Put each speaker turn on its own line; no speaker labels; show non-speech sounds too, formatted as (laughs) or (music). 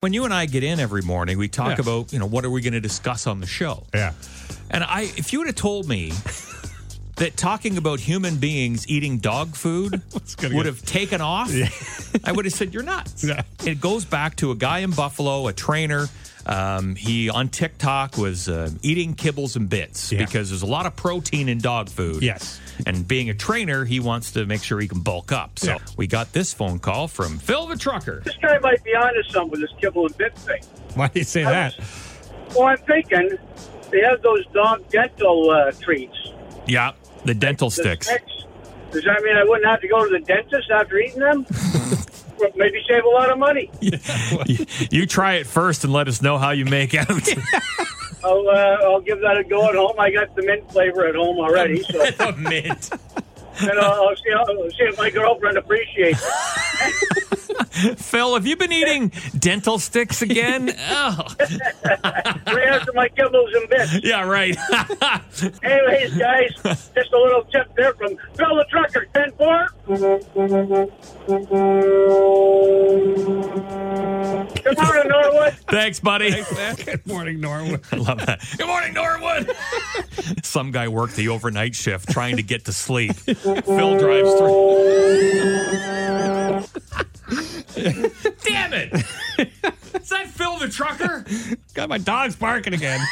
when you and I get in every morning, we talk
Yes.
about, you know, what are we going to discuss on the show?
Yeah.
And I if you would have told me that talking about human beings eating dog
(laughs)
food
gonna
would
go-
have taken off, I would have said you're nuts.
Yeah.
It goes back to a guy in Buffalo, a trainer. Um, he on TikTok was uh, eating kibbles and bits
Yeah.
because there's a lot of protein in dog food.
Yes.
And being a trainer, he wants to make sure he can bulk up. So
Yeah.
we got this phone call from Phil the trucker.
This guy might be onto something with this kibble and bit thing.
Why do you say that?
Well, I'm thinking they have those dog dental uh, treats.
Yeah, the dental
The
sticks.
sticks. Does that mean I wouldn't have to go to the dentist after eating them? Well, Maybe save a lot of money.
you, (laughs) you try it first and let us know how you make (laughs) out.
I'll, uh, I'll give that a go at home. I got the mint flavor at home already, so
The mint.
then I'll, I'll see, I'll see if my girlfriend appreciates it.
(laughs) Phil, have you been eating dental sticks again? (laughs) oh,
Right after my kibbles and bits.
yeah, right. (laughs)
Anyways, guys, just a little tip there from Phil the Trucker, 10 Good morning, Norwood.
Thanks, buddy.
(laughs) Good morning, Norwood.
I (laughs) love that. Good morning, Norwood. (laughs) Some guy worked the overnight shift trying to get to (laughs) sleep. Phil drives through. (laughs) Damn it! Is that Phil the trucker?
God, my dog's barking again.